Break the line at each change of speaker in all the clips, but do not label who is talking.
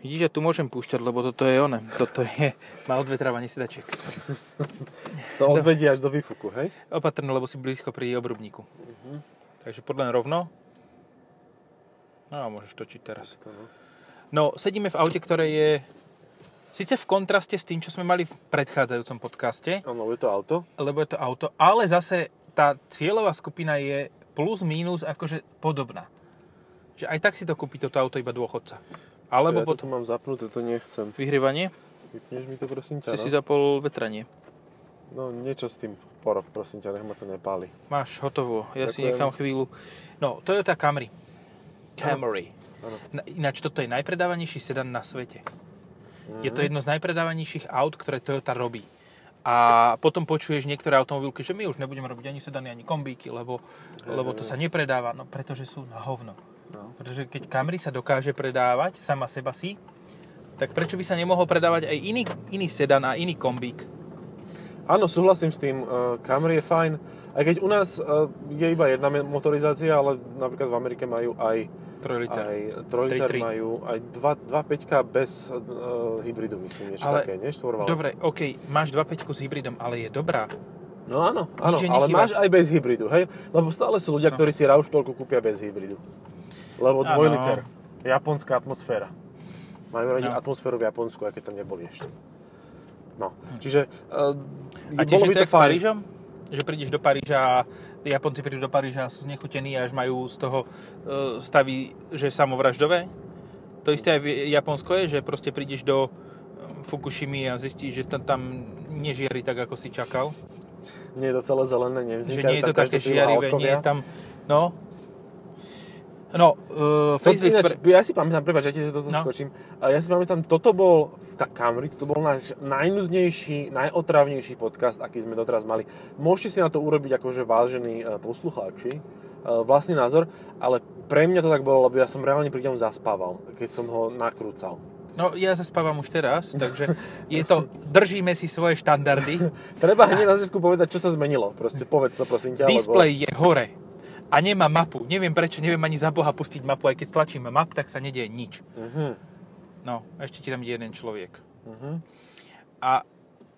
Vidíš, že tu môžem púšťať, lebo toto je one. Toto je... Má odvetrávanie sedačiek.
To
No.
odvedie až do výfuku, hej?
Opatrne, lebo si blízko pri obrubníku. Takže podľa mňa rovno. No a môžeš točiť teraz.
To, no.
No, sedíme v aute, ktoré je síce v kontraste s tým, čo sme mali v predchádzajúcom podcaste,
Áno, je to auto.
lebo je to auto, ale zase tá cieľová skupina je plus minus akože podobná. Že aj tak si to kúpi toto auto iba dôchodca. Alebo
ja
potom
potom mám zapnuté, to nechcem.
vyhrievanie,
Vypneš mi to, prosím ťa,
si
no?
si zapol vetranie.
No, niečo s tým porob, prosím ťa, nech ma to nepáli.
Máš hotovo, ja si
Ďakujem.
nechám chvíľu. No, Toyota Camry. Camry.
Áno.
Na- Ináč toto je najpredávanejší sedan na svete. Je to
Mhm.
jedno z najpredávanejších aut, ktoré Toyota robí. A potom počuješ niektoré automobilky, že my už nebudeme robiť ani sedany, ani kombíky, lebo, lebo to sa nepredáva, no pretože sú na hovno.
Mhm. No.
Pretože keď Camry sa dokáže predávať, sama seba si, tak prečo by sa nemohol predávať aj iný, iný sedan a iný kombík?
Áno, súhlasím s tým, eh, Camry je fajn. Aj keď u nás eh, je iba jedna me- motorizácia, ale napríklad v Amerike majú aj,
3 liter.
aj 3 liter,
3.3.
majú aj 2.5 bez eh, hybridu, myslím, niečo
Ale-
také, nie? Štvorvalec.
Dobre, OK, máš 2.5 s hybridom, ale je dobrá.
No áno, áno,
Nič je
ale
nechýba. No.
máš aj bez hybridu, hej? Lebo stále sú ľudia, ktorí si RAV4 kúpia bez hybridu. Lebo
Áno.
dvojliter, japonská atmosféra. Majú radi
No.
atmosféru v Japonsku, aj keď tam neboli ešte. No, čiže uh,
Hm. A tiež je to jak s Parížom? Že prídeš do Paríža a Japonci prídu do Paríža a sú znechutení až majú z toho e, stavy, že samovraždové? To isté aj v Japonsko je, že proste prídeš do e, Fukushimy a zistíš, že tam, tam nežiari tak, ako si čakal.
Nie je to celé zelené, nevznikajú
Že nie je
tam
to také
každopádne
žiarivé,
válkovia.
nie je tam... No, No, uh,
To,
facelift...
ináč,
pre-
ja si pamätám, prepáč, ja ti do toho
No.
no. skočím. A Ja si pamätám, toto bol v Ka- Camry, toto bol náš najnudnejší, najotravnejší podcast, aký sme doteraz mali. Môžete si na to urobiť akože vážení e, poslucháči, e, vlastný názor, ale pre mňa to tak bolo, lebo ja som reálne pri ňom zaspával, keď som ho nakrúcal.
No, ja zaspávam už teraz, takže je to... Držíme si svoje štandardy.
Treba hneď na začiatku povedať, čo sa zmenilo. Proste povedz to, prosím ťa. Lebo...
Display je hore a nemá mapu. Neviem prečo, neviem ani za Boha pustiť mapu, aj keď stlačím map, tak sa nedieje nič.
Uh-huh,
No, ešte ti tam ide jeden človek.
uh-huh.
A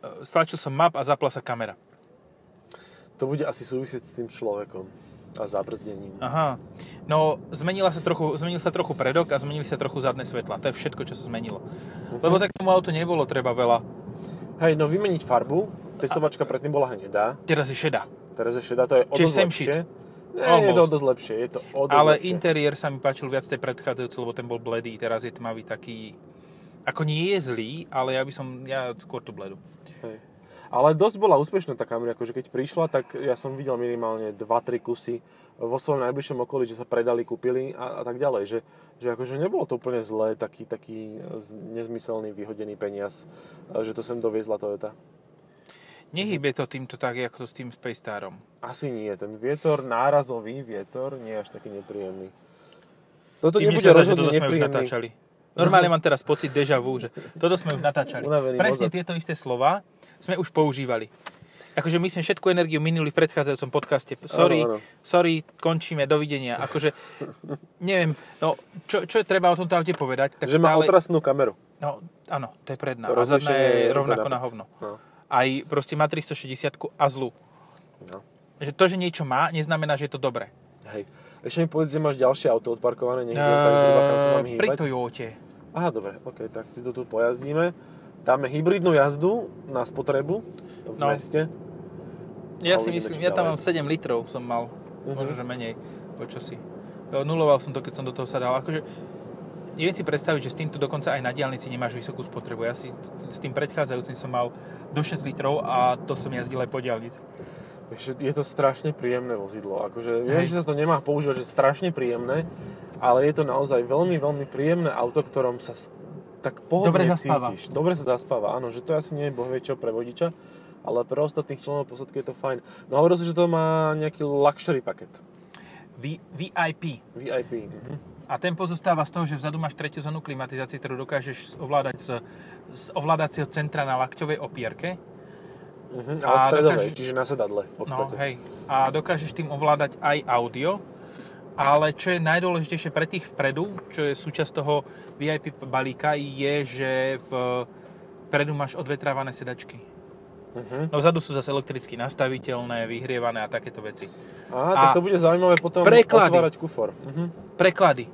e, stlačil som map a zapla sa kamera.
To bude asi súvisieť s tým človekom a zabrzdením.
Aha. No, zmenila sa trochu, zmenil sa trochu predok a zmenili sa trochu zadné svetla. To je všetko, čo sa zmenilo. Lebo tak tomu auto nebolo treba veľa.
Hej, no vymeniť farbu. Testovačka predtým bola hnedá.
Teraz je šedá.
Teraz je šedá, to je o
Čiže
dosť
same
lepšie. Nie,
Almost.
je to o dosť lepšie, je to o dosť
Ale
lepšie.
interiér sa mi páčil viac tej predchádzajúcej, lebo ten bol bledý. Teraz je tmavý taký... Ako nie je zlý, ale ja by som... Ja skôr tú bledu.
Hej. Ale dosť bola úspešná tá kamera, akože keď prišla, tak ja som videl minimálne 2-3 kusy vo svojom najbližšom okolí, že sa predali, kúpili a, a tak ďalej. Že, že akože nebolo to úplne zlé, taký, taký e, z- nezmyselný, vyhodený peniaz, e, že to sem doviezla Toyota.
Nehybe to týmto tak, ako to s tým Space Starom.
Asi nie, ten vietor, nárazový vietor, nie je až taký nepríjemný. Toto
Ty mne
nebude
sa zdá, že
rozhodne
toto sme už
nepríjemný.
natáčali. Normálne mám teraz pocit deja vu, že toto sme už natáčali.
Unavený
Presne
mozog.
tieto isté slova sme už používali. Akože my sme všetku energiu minuli v predchádzajúcom podcaste. Sorry,
Áno, áno.
sorry, končíme, dovidenia. Akože, neviem, no, čo, čo je treba o tomto aute povedať? Tak
Že má otrasnú kameru.
No, áno, to je predná.
To
A zadná
rozlíšenie je
je
úplne
rovnako na
na prd.
hovno.
No.
Aj proste má 360 a zlu.
No.
Že to, že niečo má, neznamená, že je to dobré.
Hej. Ešte mi povedz, že máš ďalšie auto odparkované niekde,
Ehm,
uh, tak zhruba kam sa mám
Eee,
hýbať.
Eh, Pri Toyote.
Aha, dobre, ok, tak si to tu pojazdíme. Dáme hybridnú jazdu na spotrebu v
No.
meste.
Ja
A
si
uvidíme,
myslím, ja
čo
tam
ďalej. Mhm.
mám 7 litrov som mal, uh-huh. možno že menej, počasí. Nuloval som to, keď som do toho sadal. Akože, neviem si predstaviť, že s týmto dokonca aj na diálnici nemáš vysokú spotrebu. Ja si s tým predchádzajúcim som mal do 6 litrov a to som jazdil aj po diálnici.
Vieš, Je to strašne príjemné vozidlo. Akože, viem,
Hej.
že sa to nemá používať, že strašne príjemné, ale je to naozaj veľmi, veľmi príjemné auto, ktorom sa s- tak pohodlne
Dobre zaspáva.
cítiš. Dobre sa zaspáva, áno, že to asi nie je bohvie čo pre vodiča, ale pre ostatných členov posádky je to fajn. No hovoril si, že to má nejaký luxury paket.
V, VIP.
VIP. Mhm.
A ten pozostáva z toho, že vzadu máš tretiu zónu klimatizácie, ktorú dokážeš ovládať z, z ovládacieho centra na lakťovej opierke.
Mhm.
A
Ale stredovej,
dokážeš-
čiže na sedadle v
No,
podstate.
hej. A dokážeš tým ovládať aj audio. Ale čo je najdôležitejšie pre tých vpredu, čo je súčasť toho VIP balíka, je, že v predu máš odvetrávané sedačky.
Uh-huh.
No vzadu sú zase elektricky nastaviteľné, vyhrievané a takéto veci.
Á, tak
A
to bude zaujímavé potom
preklady.
otvárať kufor. Uh-huh.
Preklady.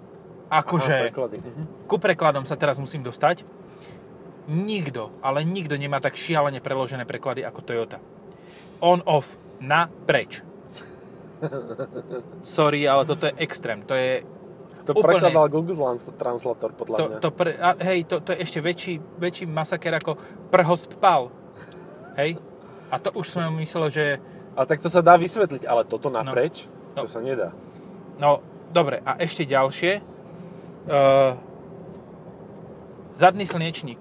Akože...
Aha, preklady. Uh-huh.
Ku prekladom sa teraz musím dostať. Nikto, ale nikto nemá tak šialene preložené preklady ako Toyota. On, off, na, preč. Sorry, ale toto je extrém. To je...
To
Úplne.
prekladal Google Trans- Translator, podľa
To,
mňa.
to pre, a, hej, to, to je ešte väčší, väčší masaker ako prhost pal. Hej? A to už som myslel, že...
A tak to sa dá vysvetliť, ale toto napreč,
No.
to sa nedá.
No, dobre. A ešte ďalšie. Uh, zadný slnečník.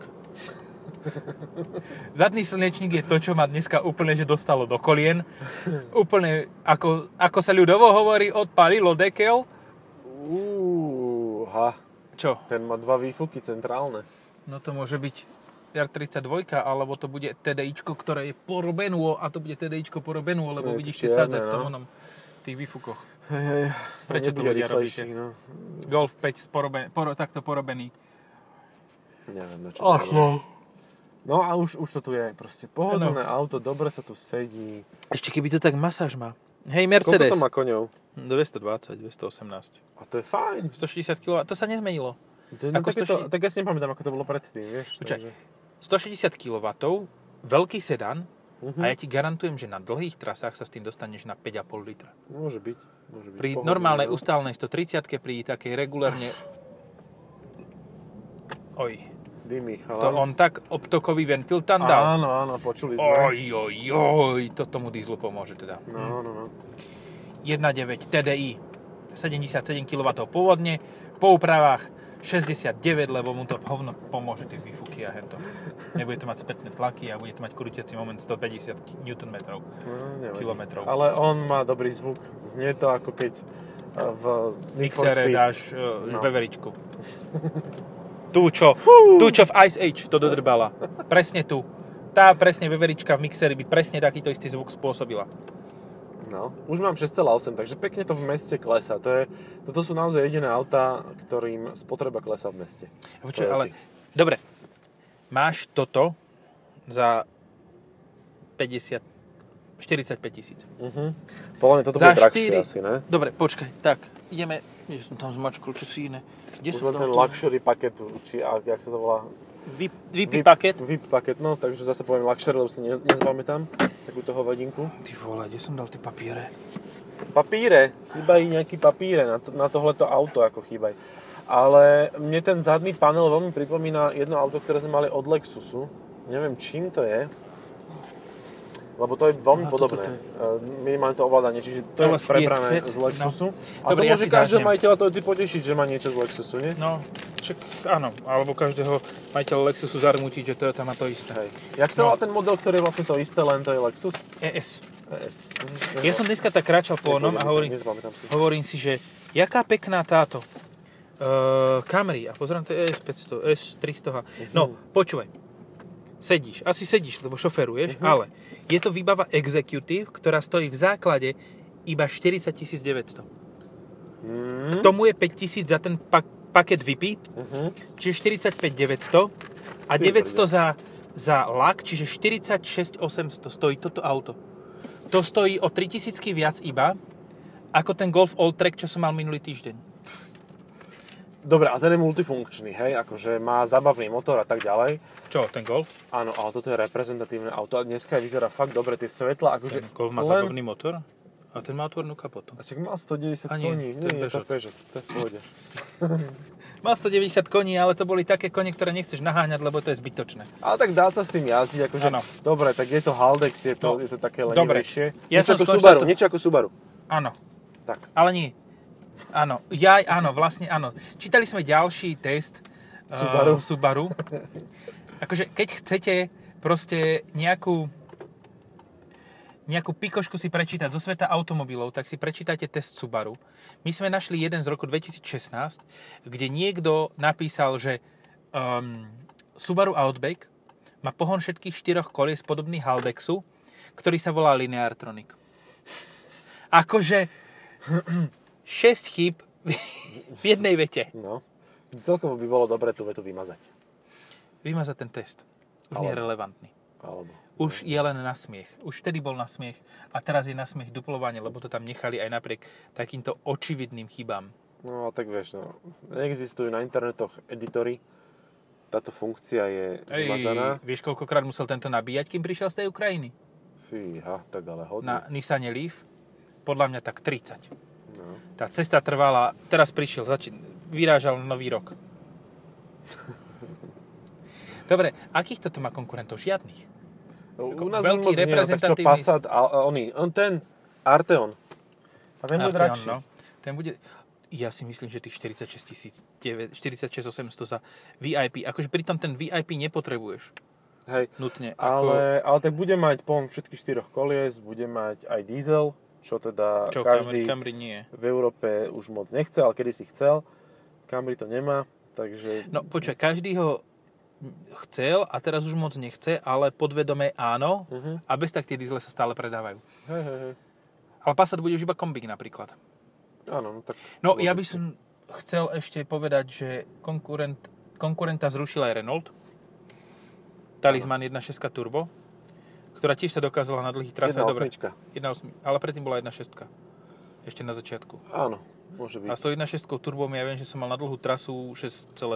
Zadný slnečník je to, čo ma dneska úplne že dostalo do kolien. Úplne, ako, ako sa ľudovo hovorí, odpalilo dekel.
Úha,
Čo?
ten má dva výfuky centrálne.
No to môže byť R32, alebo to bude TDIčko, ktoré je porobenú, a to bude TDIčko porobenú, lebo
No, je to
vidíš tie
čierne,
sadze v tom
no.
onom, tých výfukoch.
Hej, hej.
Prečo to
nebude
ľudia
rýchlejší,
robíte?
No.
Golf 5 s poroben, poro, takto porobený.
Neviem, na čo
Ach,
to robí. No a už, už to tu je proste pohodlné auto, dobre sa tu sedí.
Ešte keby to tak masáž má. Hej,
Koľko
Mercedes.
to má koňov?
220, 218.
A to je fajn.
160 kW, to sa nezmenilo.
To je, no,
Ako
také to,
160
tak ja si nepamätám, ako to bolo predtým, vieš.
Počkaj.
takže-
160 kW, veľký sedan
Mhm.
a ja ti garantujem, že na dlhých trasách sa s tým dostaneš na 5,5 litra.
Môže byť. Môže byť.
Pri
Pohodlné,
normálnej
no.
ustálnej 130 pri takej regulárne... Oj,
Dymy,
to on tak obtokový ventil tam dal.
Áno, áno, počuli sme.
Oj, oj, oj, to tomu dieslu pomôže teda.
No, no, no.
1.9 TDI, 77 kW pôvodne, po úpravách 69, lebo mu to hovno pomôže tie výfuky a hento. Nebude to mať spätné tlaky a bude to mať krútiaci moment 150 Nm.
No, nevadí.
Kilometrov.
Ale on má dobrý zvuk. Znie to ako keď e, v Need for
Mixere
Speed.
dáš uh, no.
No.
veveričku. Tu čo, tu čo v Ice Age to dodrbala. Presne tu. Tá presne veverička v mixeri by presne takýto istý zvuk spôsobila.
No. Už mám 6,8, takže pekne to v meste klesa. To je, toto sú naozaj jediné autá, ktorým spotreba klesa v meste.
A Počuj,
Toyoty.
ale... Dobre. Máš toto za 50... 45 tisíc.
Mhm. Podľa mňa toto
Za
bude drahšie
4.
asi, ne?
Dobre, počkaj, tak, ideme... Kde som tam zmačkol, čo si iné? Kde
Už
som
len
dal
ten luxury paket, či ak, jak sa to volá?
VIP, VIP paket?
VIP paket, no, takže zase poviem luxury, lebo si ne, nezpamätám takúto hovadinku.
Ty vole, kde som dal tie papiere?
Papíre, chýbají nejaký papíre na, to, na tohleto auto, ako chýbají. Ale mne ten zadný panel veľmi pripomína jedno auto, ktoré sme mali od Lexusu. Neviem, čím to je. Lebo to je
No,
veľmi
toto to
podobné.
je.
E, Minimálne to ovládanie, čiže to je
Ale je
prebrané
set,
z Lexusu.
no.
A
Dobre,
to
ja
môže
si
každého
zážnem.
majiteľa to ty potešiť, že má niečo z Lexusu, nie?
No, čak, áno, alebo každého majiteľa Lexusu zarmútiť, že Toyota má to isté.
Hej. Jak sa
No.
volá ten model, ktorý je vlastne to isté, len to je Lexus?
ES.
ES.
E Ja som dneska tak kráčal po onom a hovorím,
Nezpamätám si.
hovorím si, že jaká pekná táto uh, Camry a pozerám to je ES500, ES300.
Mhm.
No, počúvaj. Sedíš, asi sedíš, lebo šoferuješ,
Mhm.
uh-huh. ale je to výbava Executive, ktorá stojí v základe iba 40 900. K
Mhm. Mm.
tomu je 5000 za ten pak- paket VIP,
Mhm.
čiže 45 900 a
Ty
900 za, za lak, čiže 46 800 stojí toto auto. To stojí o 3000 viac iba, ako ten Golf All Track, čo som mal minulý týždeň.
Dobre, a ten je multifunkčný, hej, akože má zábavný motor a tak ďalej.
Čo, ten Golf?
Áno, ale toto je reprezentatívne auto a dneska vyzerá fakt dobre, tie svetla, akože...
Ten Golf má
len-
zábavný motor a ten má otvornú kapotu.
A čak má
A
190
nie,
koní,
to je
nie, nie, to je
Peugeot.
Peugeot, to je v pohode.
Má 190 koní, ale to boli také konie, ktoré nechceš naháňať, lebo to je zbytočné.
Ale tak dá sa s tým jazdiť, akože...
Áno.
Dobre, tak je to Haldex, je to,
No,
je to také
dobre.
lenivejšie.
Ja som
niečo ako
skonštatu-
Subaru, niečo ako Subaru.
Áno,
Tak.
ale nie. Áno, ja, áno, vlastne áno. Čítali sme ďalší test eh,
Subaru.
Subaru. Akože keď chcete proste nejakú nejakú pikošku si prečítať zo sveta automobilov, tak si prečítajte test Subaru. My sme našli jeden z roku 2016, kde niekto napísal, že um, Subaru Outback má pohon všetkých štyroch kolies podobný Haldexu, ktorý sa volá Lineartronic. Akože 6 chýb v jednej vete.
No. Celkovo by bolo dobre tú vetu vymazať.
Vymazať ten test. Už
Ale-
nie je relevantný.
Alebo...
Už je len na smiech. Už vtedy bol na smiech a teraz je na smiech duplovanie, lebo to tam nechali aj napriek takýmto očividným chybám.
No, tak vieš, no. Existujú na internetoch editory. Táto funkcia je vymazaná.
vieš, koľkokrát musel tento nabíjať, kým prišiel z tej Ukrajiny?
Fíha, tak ale hodne.
Na Nissane Leaf? Podľa mňa tak 30.
No.
Tá cesta trvala, teraz prišiel, začín, vyrážal nový rok. Dobre, akých toto má konkurentov? Žiadnych.
U
Ako
nás
veľký
veľký reprezentatívny... Tak čo,
reprezentatívny-
Passat, a, a oni, on ten Arteon. A ten bude
Arteon,
drahší.
no. Ten bude... Ja si myslím, že tých 46 tisíc, 9 46 800 za VIP. Akože pritom ten VIP nepotrebuješ
Hej.
nutne. Ako,
Ale, ale tak bude mať pohon všetkých štyroch kolies, bude mať aj diesel, čo teda
čo, každý...
každý
Camry nie.
v Európe už moc nechce, ale kedy si chcel. Camry to nemá, takže...
No počkaj, každý ho chcel a teraz už moc nechce, ale podvedome áno
Mhm.
a bez tak tie diesle sa stále predávajú.
Hej, hej, hej.
Ale Passat bude už iba kombík napríklad.
Áno, no tak...
No ja by
logicky.
som chcel ešte povedať, že konkurent, konkurenta zrušil aj Renault. Talisman 1.6 Turbo, ktorá tiež sa dokázala na dlhých
Jedna
trasách dobre.
osmička.
1.8, ale predtým bola 1.6. Ešte na začiatku.
Áno, môže byť.
A s tou 1.6 turbom ja viem, že som mal na dlhú trasu
Ten som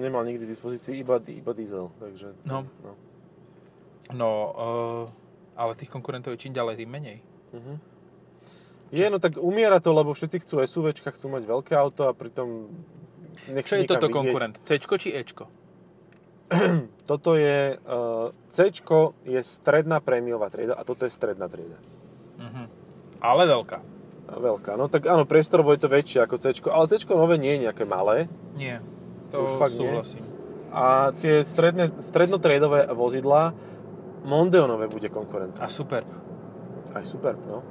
6,23.
nemal nikdy v dispozícii, iba, iba diesel, takže...
No.
no.
No, eh, ale tých konkurentov je čím ďalej, tým menej.
Mhm. Je, no tak umiera to, lebo všetci chcú SUVčka, chcú mať veľké auto a pritom...
Čo je toto konkurent? C či E?
Toto je... Uh, C je stredná prémiová trieda a toto je stredná trieda.
Mhm. Ale veľká.
A Veľká. No tak áno, priestorovo je to väčšie ako C, ale C nové nie je nejaké malé.
Nie.
To
To,
už
už
fakt nie.
súhlasím.
A tie stredne, strednotriedové vozidlá Mondeonové bude konkurent.
A super.
Aj super, no.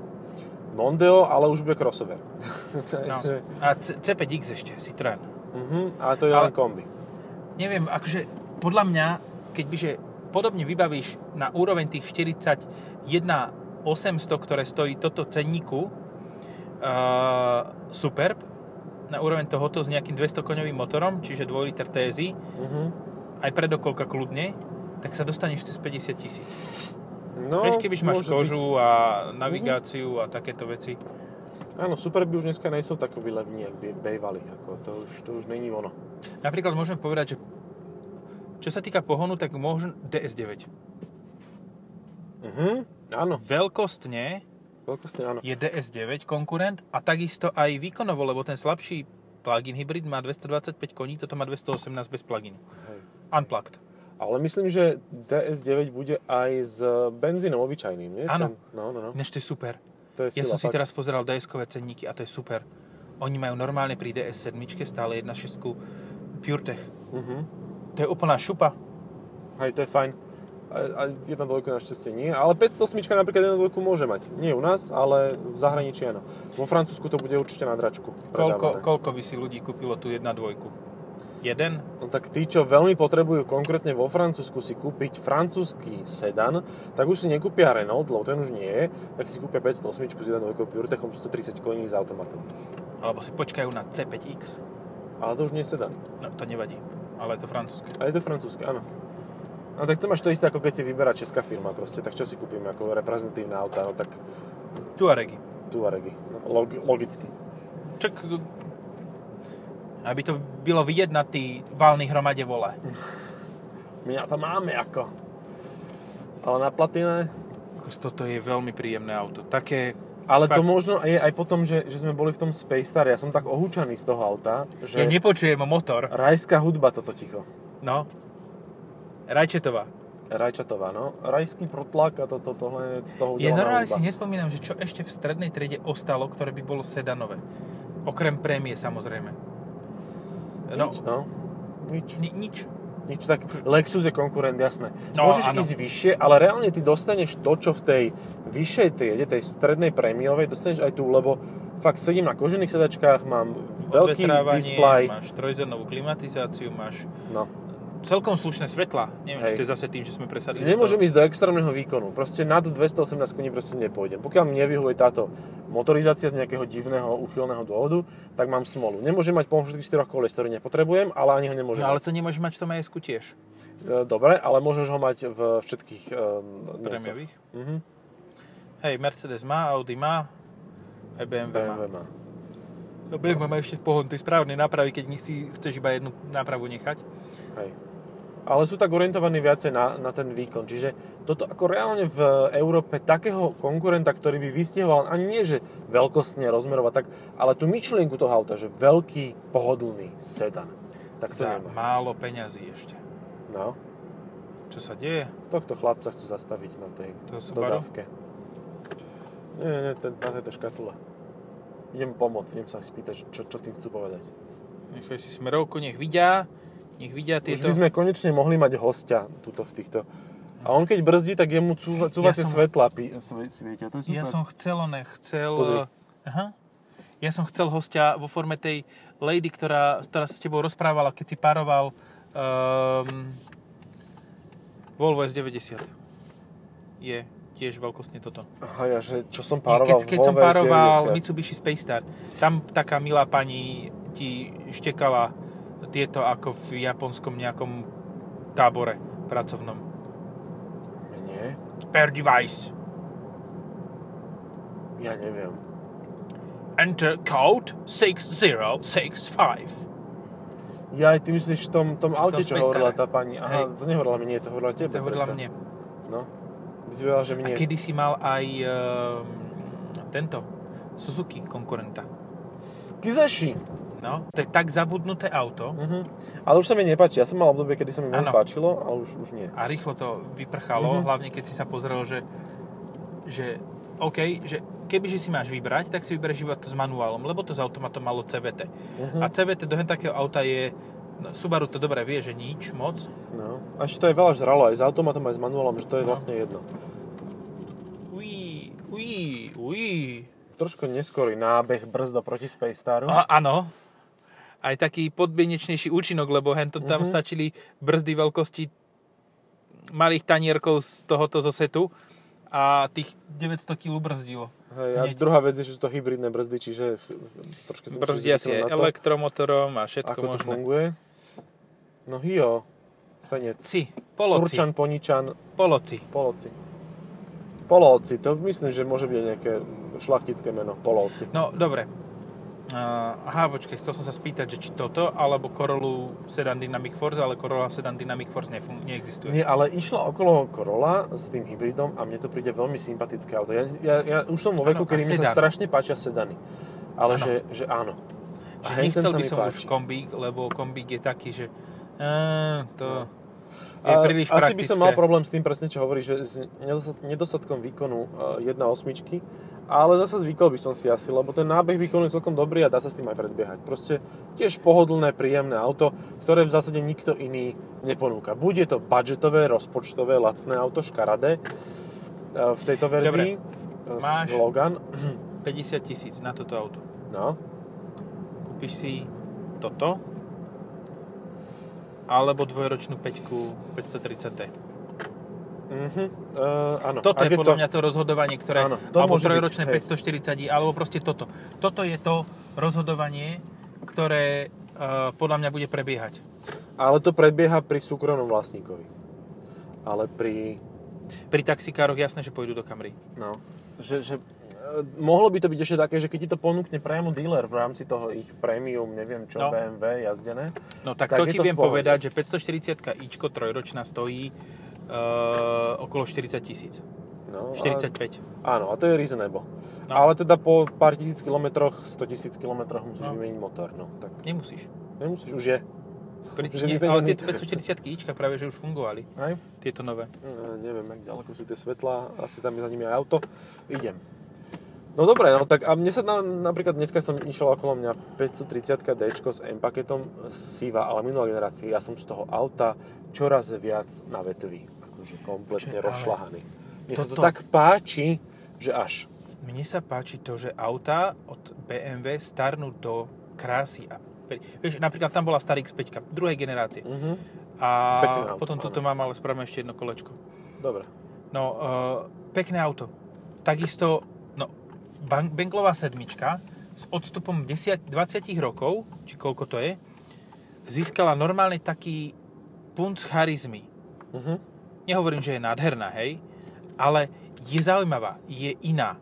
Mondeo, ale už bude crossover.
No.
Takže,
A C- C5X ešte, Citroen.
mhm, a to je
Ale-
len kombi.
Neviem, akože podľa mňa, keď byže podobne vybavíš na úroveň tých 41 800, ktoré stojí toto cenníku, uh, Superb, na úroveň tohoto s nejakým 200 koňovým motorom, čiže 2 liter TSI,
Mhm.
aj predokolka kľudne, tak sa dostaneš cez 50 tisíc. No,
No,
Vieš, kebyž máš
môže byť. Mhm.
kožu a navigáciu a takéto veci.
Áno, Superby už dneska nejsou takový levní, jak by bejvali. Ako to, už, to už není ono.
Napríklad môžeme povedať, že čo sa týka pohonu, tak možno DS9.
Mhm, áno,
Veľkostne
veľkostne áno.
je DS9 konkurent a takisto aj výkonovo, lebo ten slabší plug-in hybrid má 225 koní, toto má 218 bez plug-inu.
Hej.
Unplugged.
Ale myslím, že DS9 bude aj s benzínom obyčajným, nie?
Áno.
Ten- No, no, no.
Ináč to je super.
To je
Ja
sila,
som si
fakt.
teraz pozeral DS-kové cenníky a to je super. Oni majú normálne pri DS7 stále 1.6 PureTech.
Mhm.
To je úplná šupa.
Hej, to je fajn. A, a jedna dvojka našťastie nie, ale 508 napríklad jedna dvojku môže mať. Nie u nás, ale v zahraničí áno. Vo Francúzsku to bude určite na dračku.
Koľko,
predávané.
koľko by si ľudí kúpilo tú 1.2? Jeden?
No tak tí, čo veľmi potrebujú konkrétne vo Francúzsku si kúpiť francúzsky sedan, tak už si nekúpia Renault, lebo ten už nie je, tak si kúpia 508 s 1.2 PureTechom 130 koní s automatom.
Alebo si počkajú na C5X?
Ale to už nie je sedan.
No, to nevadí, ale je to francúzske.
A je to francúzske, áno. No tak to máš to isté, ako keď si vyberá česká firma proste, tak čo si kúpime ako reprezentatívne auta, no tak
Tuaregy.
Tuaregy, no, log- logicky.
Čak... e, Aby to bylo vidieť na tej valnej hromade vole.
My na to máme ako. Ale na platine...
Kokos, Toto je veľmi príjemné auto. Také...
Ale
Fakt.
to možno je aj potom, že, že sme boli v tom Space Star, ja som tak ohúčaný z toho auta, že
Ja nepočujem motor.
rajská hudba toto ticho.
No. Rajčetová.
Rajčatová, no. Rajský protlak a toto, tohle z toho
Je
udelaná
normálne
hudba.
si nespomínam, že čo ešte v strednej triede ostalo, ktoré by bolo sedanové. Okrem prémie samozrejme. No,
Nič, no. Nič.
ni- nič.
Nič tak. Lexus je konkurent, jasné.
No,
Môžeš
áno.
ísť vyššie, ale reálne ty dostaneš to, čo v tej vyššej triede, tej strednej prémiovej, dostaneš aj tu, lebo fakt sedím na kožených sedačkách, mám veľký
Odvetrávanie,
display.
Máš trojzernovú klimatizáciu, máš
No.
celkom slušné svetla. Neviem,
Hej.
či to je zase tým, že sme presadli.
Nemôžem
do
ísť do extrémneho výkonu. Proste nad 218 koní proste nepôjdem. Pokiaľ mi nevyhovuje táto motorizácia z nejakého divného, uchylného dôvodu, tak mám smolu. Nemôžem mať pomôžu 4 kolies, ktorý nepotrebujem, ale ani ho
toho.
nemôžem
No, ale to
mať.
nemôžeš mať v tom ESku tiež.
E, Dobre, ale môžeš ho mať v všetkých um,
Prémiových.
Mhm.
Hej, Mercedes má, Audi má, aj BMW, má.
BMW má.
No BMW má ešte pohon tej správnej nápravy, keď nech si chceš iba jednu nápravu nechať.
Hej. Ale sú tak orientovaní viacej na, na ten výkon. Čiže toto ako reálne v Európe takého konkurenta, ktorý by vystihoval ani nie, že veľkostne rozmerovať, tak, ale tú myšlienku toho auta, že veľký, pohodlný sedan. Tak to
Za
nemá.
málo peňazí ešte.
No,
Čo sa deje?
tohto chlapca chcú zastaviť na tej
To je Subaru?
dodávke. Nie, nie, nie, ten, na tejto škatule. Idem pomôcť, idem sa spýtať, že čo, čo tým chcú povedať.
Nechaj si smerovku, nech vidia, nech vidia
Už
tieto...
by sme konečne mohli mať hostia tuto v týchto. A on keď brzdí, tak jemu cúva, cúva
Ja
tie
som-
svetlá pi- sve- svietia. To je super.
Ja som chcel, ne, chcel...
Pozri.
Aha. Ja som chcel hostia vo forme tej lady, ktorá, ktorá sa s tebou rozprávala, keď si pároval um, Volvo S90. Je tiež veľkostne toto.
Aha, ja, že čo som
Ja
pároval
keď, keď
vo
som pároval
90.
Mitsubishi Space Star, tam taká milá pani ti štekala tieto ako v japonskom nejakom tábore pracovnom.
Nie,
Per device.
ja neviem.
Enter code 6065.
Ja aj ty myslíš v tom, tom aute, čo
Space
hovorila
Stare.
tá pani.
Hej.
Aha, to nehovorila mi nie, to hovorila tebe.
To hovorila
predsa.
mne.
No. Ty si povedala, že mi
A
nie.
kedy si mal aj ehm, tento Suzuki konkurenta.
Kizashi.
No, to je tak zabudnuté auto
Mhm. Ale už sa mi nepáči. Ja som mal obdobie, kedy sa mi veľmi
Áno.
páčilo, ale už, už nie.
a rýchlo to vyprchalo,
Mhm.
hlavne keď si sa pozrel, že, že OK, že kebyže si máš vybrať, tak si vybereš iba to s manuálom, lebo to s automatom malo CVT.
Mhm.
A CVT do hen takého auta je, no, Subaru to dobre vie, že nič moc,
No. A ešte to je veľa žralo aj s automatom, aj s manuálom, že to je
No.
vlastne jedno.
uí, uí, uí.
Trošku neskorý nábeh brzda proti Space Staru.
A, áno, aj taký podmienečnejší účinok, lebo hen to tam
Mhm.
stačili brzdy veľkosti malých tanierkov z tohoto zosetu a tých 900 kg brzdilo.
Hej, a
Hneď.
druhá vec je, že sú to hybridné brzdy, čiže ch- trošku som
Brzdia si
si zvykol
aj
na No to,
elektromotorom a všetko
ako to
možné.
funguje. No hio, senec.
Ci, poloci,
Turčan, Poničan,
poloci.
Poloci. Polovci, to myslím, že môže byť aj nejaké šlachtické meno, Polovci.
No, dobre. Uh, aha, počkej, chcel som sa spýtať, že či toto, alebo Corolu Sedan Dynamic Force, ale Corolla Sedan Dynamic Force nefun- neexistuje.
Nie, ale išla okolo Corolla s tým hybridom a mne to príde veľmi sympatické auto. Ja, ja, ja už som vo
Áno,
veku,
a
kedy mi sa
sedan.
strašne páčia sedany. Ale
Áno.
že, že áno. A
Že
henten
nechcel
sa
by
mi
som už
páči.
kombík, lebo kombík je taký, že uh, to je
A
príliš
Asi
praktické.
by som mal problém s tým presne, čo hovoríš, že s nedostat- nedostatkom výkonu 1.8, ale zase zvykol by som si asi, lebo ten nábeh výkonu je celkom dobrý a dá sa s tým aj predbiehať. Proste tiež pohodlné, príjemné auto, ktoré v zásade nikto iný neponúka. Buď je to budgetové, rozpočtové, lacné auto, škaradé e, v tejto verzii. e,
Máš-
Slogan.
50 tisíc na toto auto.
No.
Kúpiš si toto, alebo dvojročnú 5 530T.
Mhm. E, áno.
Toto
Ak
je podľa mňa to rozhodovanie, ktoré...
Áno,
Áno,
to
alebo
môže byť,
trojročné
hej.
540, alebo proste toto. Toto je to rozhodovanie, ktoré uh, podľa mňa bude prebiehať.
Ale to predbieha pri súkromnom vlastníkovi. Ale pri
Pri taxikároch jasné, že pôjdu do Camry.
No. Že, že e, mohlo by to byť ešte také, že keď ti to ponúkne priamo dealer v rámci toho ich premium, neviem čo,
No.
BMW jazdené.
No tak, to
Tak je
ti
to v
viem
pohode.
povedať, že 540 ičko trojročná stojí uh, okolo 40 tisíc.
No,
45.
A, áno, a to je reasonable.
No.
Ale teda po pár tisíc kilometroch, 100 tisíc kilometroch musíš
No.
vymeniť motor. No, tak
Nemusíš.
nemusíš, už je.
Pri,
Že
nie,
vybehaný.
ale tieto 540 ička práve, že už fungovali.
Hej?
Tieto nové.
E, neviem, jak ďaleko sú tie svetlá, asi tam je za nimi aj auto. Idem. No dobre, no tak a mne sa na, napríklad dneska som išiel okolo mňa 530 d s M paketom Siva, ale minulá generácia. Ja som z toho auta čoraz viac na vetvi. Akože
Že
kompletne
ale-
rozšlahaný. Mne sa to
Toto-
tak páči, že až.
Mne sa páči to, že autá od BMW starnú do krásy. A, pri- vieš, napríklad tam bola starý X5, druhej generácie.
Mhm.
A
Pekné
A
auto,
potom
áno.
tuto mám, ale spravíme ešte jedno kolečko.
Dobre.
No, e, pekné auto. Takisto, no, Ban- Benglová sedmička s odstupom 10, 20 rokov, či koľko to je, získala normálne taký punc charizmy.
Mhm.
Nehovorím, že je nádherná, hej, ale je zaujímavá, je iná.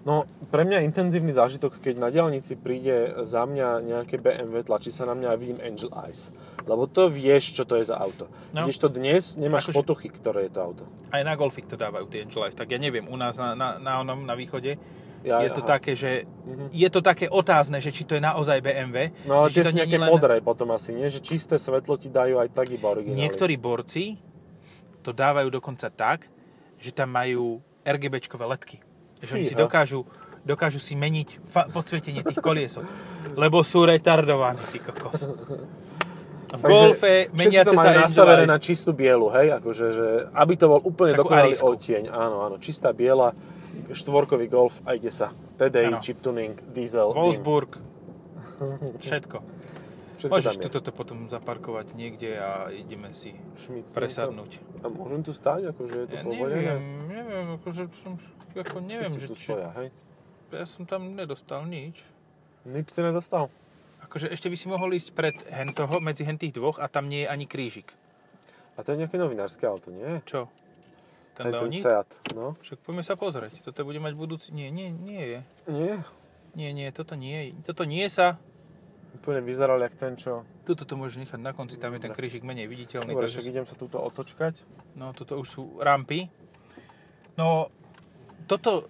No, pre mňa intenzívny zážitok, keď na diálnici príde za mňa nejaké BMW, tlačí sa na mňa a vidím Angel Eyes. Lebo to vieš, čo to je za auto.
No.
No. Když to dnes, nemáš
Akože-
akože... potuchy, ktoré je to auto.
Aj na Golfik to dávajú tie Angel Eyes, tak ja neviem, u nás na, na, na onom, na východe,
Ja-
je to
aha.
také, že
Mhm.
je to také otázne, že či to je naozaj BMW.
No ale
že či
tie
to
sú
nie je
nejaké len... modré potom asi, nie? Že čisté svetlo ti dajú aj tak iba originály.
Niektorí borci to dávajú dokonca tak, že tam majú RGBčkové letky. Že oni si
Fíha.
dokážu, dokážu si meniť fa- podsvietenie tých koliesok. lebo sú retardovaní, ty kokos. V
Takže
golfe
všetci
meniace
to
sa
majú nastavené
Angel
na
Eyes.
čistú bielu, hej? Akože, že aby to bol úplne
Takú
dokonalý
Arisku.
odtieň. Áno, áno, čistá biela, štvorkový golf a ide sa. TDI,
Áno.
chip tuning, diesel, dym.
Wolfsburg, všetko.
Všetko
Môžeš
tam je.
toto potom zaparkovať niekde a ideme si
Šmicnú to.
presadnúť.
A môžem tu stáť? Akože je to
Ja neviem,
povolené?
neviem, akože som, ako neviem,
Všetci
že
tu
či,
stoja, hej?
ja som tam nedostal nič.
Nič si nedostal.
Akože ešte by si mohol ísť pred hentoho, medzi hentých dvoch a tam nie je ani krížik.
A to je nejaké novinárske auto, nie?
Čo? Ten
Ten, ten
Leonid?
Seat, no.
Však poďme sa pozrieť. Toto bude mať budúci... Nie, nie, nie je.
Nie.
Nie, nie, toto nie je. Toto nie sa.
Úplne vyzeral jak ten, čo...
Tuto to môžeš nechať na konci, tam je ten krížik menej viditeľný.
Dobre, však
takže...
idem sa túto otočkať.
No, toto už sú rampy. No, toto...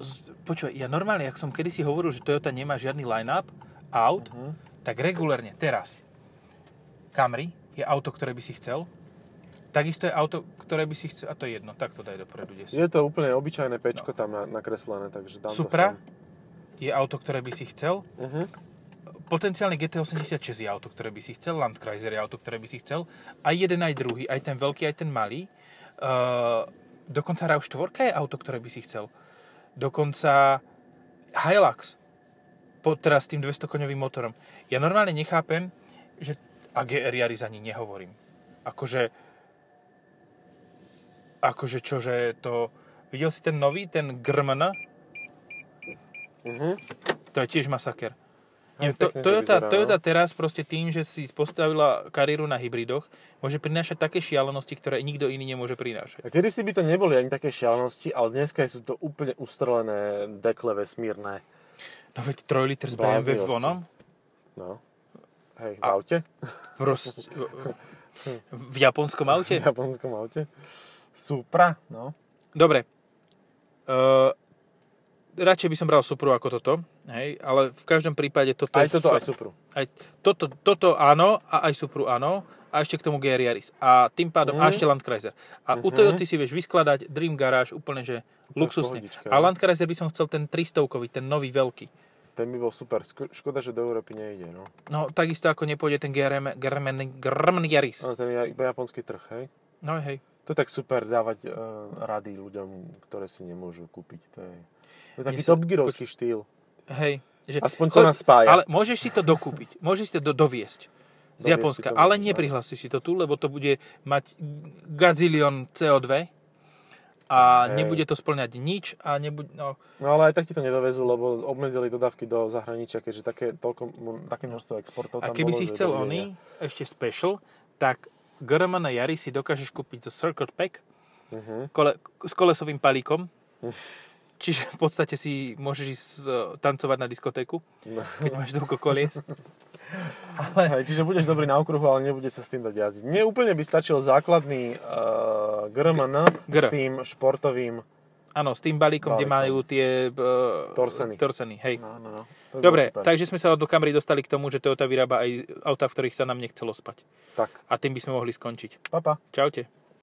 z- Počúvaj, ja normálne, ak som kedysi hovoril, že Toyota nemá žiadny line-up aut,
Mhm.
tak regulérne teraz Camry je auto, ktoré by si chcel. Takisto je auto, ktoré by si chcel, a to je jedno, tak to daj dopredu 10.
Je to úplne obyčajné pečko tam na, nakreslené, takže dám
Supra
to sem.
je auto, ktoré by si chcel.
Mhm.
Potenciálne GT86 je auto, ktoré by si chcel. Landkreiser je auto, ktoré by si chcel. Aj jeden, aj druhý, aj ten veľký, aj ten malý. Uh, dokonca RAV4 je auto, ktoré by si chcel. Dokonca Hilux. Po, teraz s tým 200-koňovým motorom. Ja normálne nechápem, že... A GR Yaris ani nehovorím. Akože... Akože čože to... Videl si ten nový, ten Grmna?
Mhm.
To je tiež masaker. Neviem,
Ale
to,
pekne to
Toyota,
vyzerá, no.
Toyota teraz proste tým, že si postavila kariéru na hybridoch, môže prinášať také šialenosti, ktoré nikto iný nemôže prinášať.
A kedysi by to neboli ani také šialenosti, ale dneska sú to úplne ustrelené dekle vesmírne.
No veď 3 liter z BMW
Bláznivosti.
vonom,
No. Hej, v
A-
aute?
proste v japonskom
V
aute.
japonskom aute? Supra? No.
Dobre. Uh, radšej by som bral Supru ako toto, hej, ale v každom prípade toto...
Aj
je
toto,
fa-
aj Supru.
aj toto, toto áno a aj Supru áno a ešte k tomu GR Yaris a tým pádom a
Mhm.
ešte Landkreiser. A u
Mhm.
Toyoty si vieš vyskladať Dream Garage úplne, že luxusne.
pohodička,
A
no.
Landkreiser by som chcel ten 300 ten nový veľký.
Ten by bol super. Sk- Škoda, že do Európy nejde, no.
No takisto ako nepôjde ten GRM, GRM, GRM Yaris.
Ale ten je iba japonský trh, hej?
No hej.
To je tak super dávať e, rady ľuďom, ktoré si nemôžu kúpiť. To je, to je taký
Mne sa-
top gearovský štýl.
Hej. Že,
Aspoň to nás spája.
Ale môžeš si to dokúpiť, môžeš si to do, doviesť z
Doviesť si
Japonska,
to
ale
môžeš, áno.
neprihlási si to tu, lebo to bude mať gazilion CO2 a
Hej.
nebude to splňať nič a nebude, no,
No ale aj tak ti to nedovezú, lebo obmedzili dodávky do zahraničia, keďže také, toľko, m- také množstvo exportov
A
tam
keby
bolo,
si
že
chcel
dovidenia.
oný, ešte special, tak GRM na jari si dokážeš kúpiť zo Circuit Pack
Mhm.
kole, s kolesovým palíkom. Čiže v podstate si môžeš ísť eh, tancovať na diskotéku,
No.
keď máš toľko kolies.
Hej, čiže budeš dobrý na okruhu, ale nebude sa s tým dať jazdiť. Mne úplne by stačil základný uh, GRMN
Gr.
s tým športovým.
Áno, s tým balíkom, kde
Balíkom.
majú tie... Uh,
Torseny.
Torseny, hej.
No, no, no. To by bolo
Dobre,
super.
takže sme sa od Camry dostali k tomu, že Toyota vyrába aj auta, v ktorých sa nám nechcelo spať.
tak.
A tým by sme mohli skončiť.
Pa, pa.
Čaute.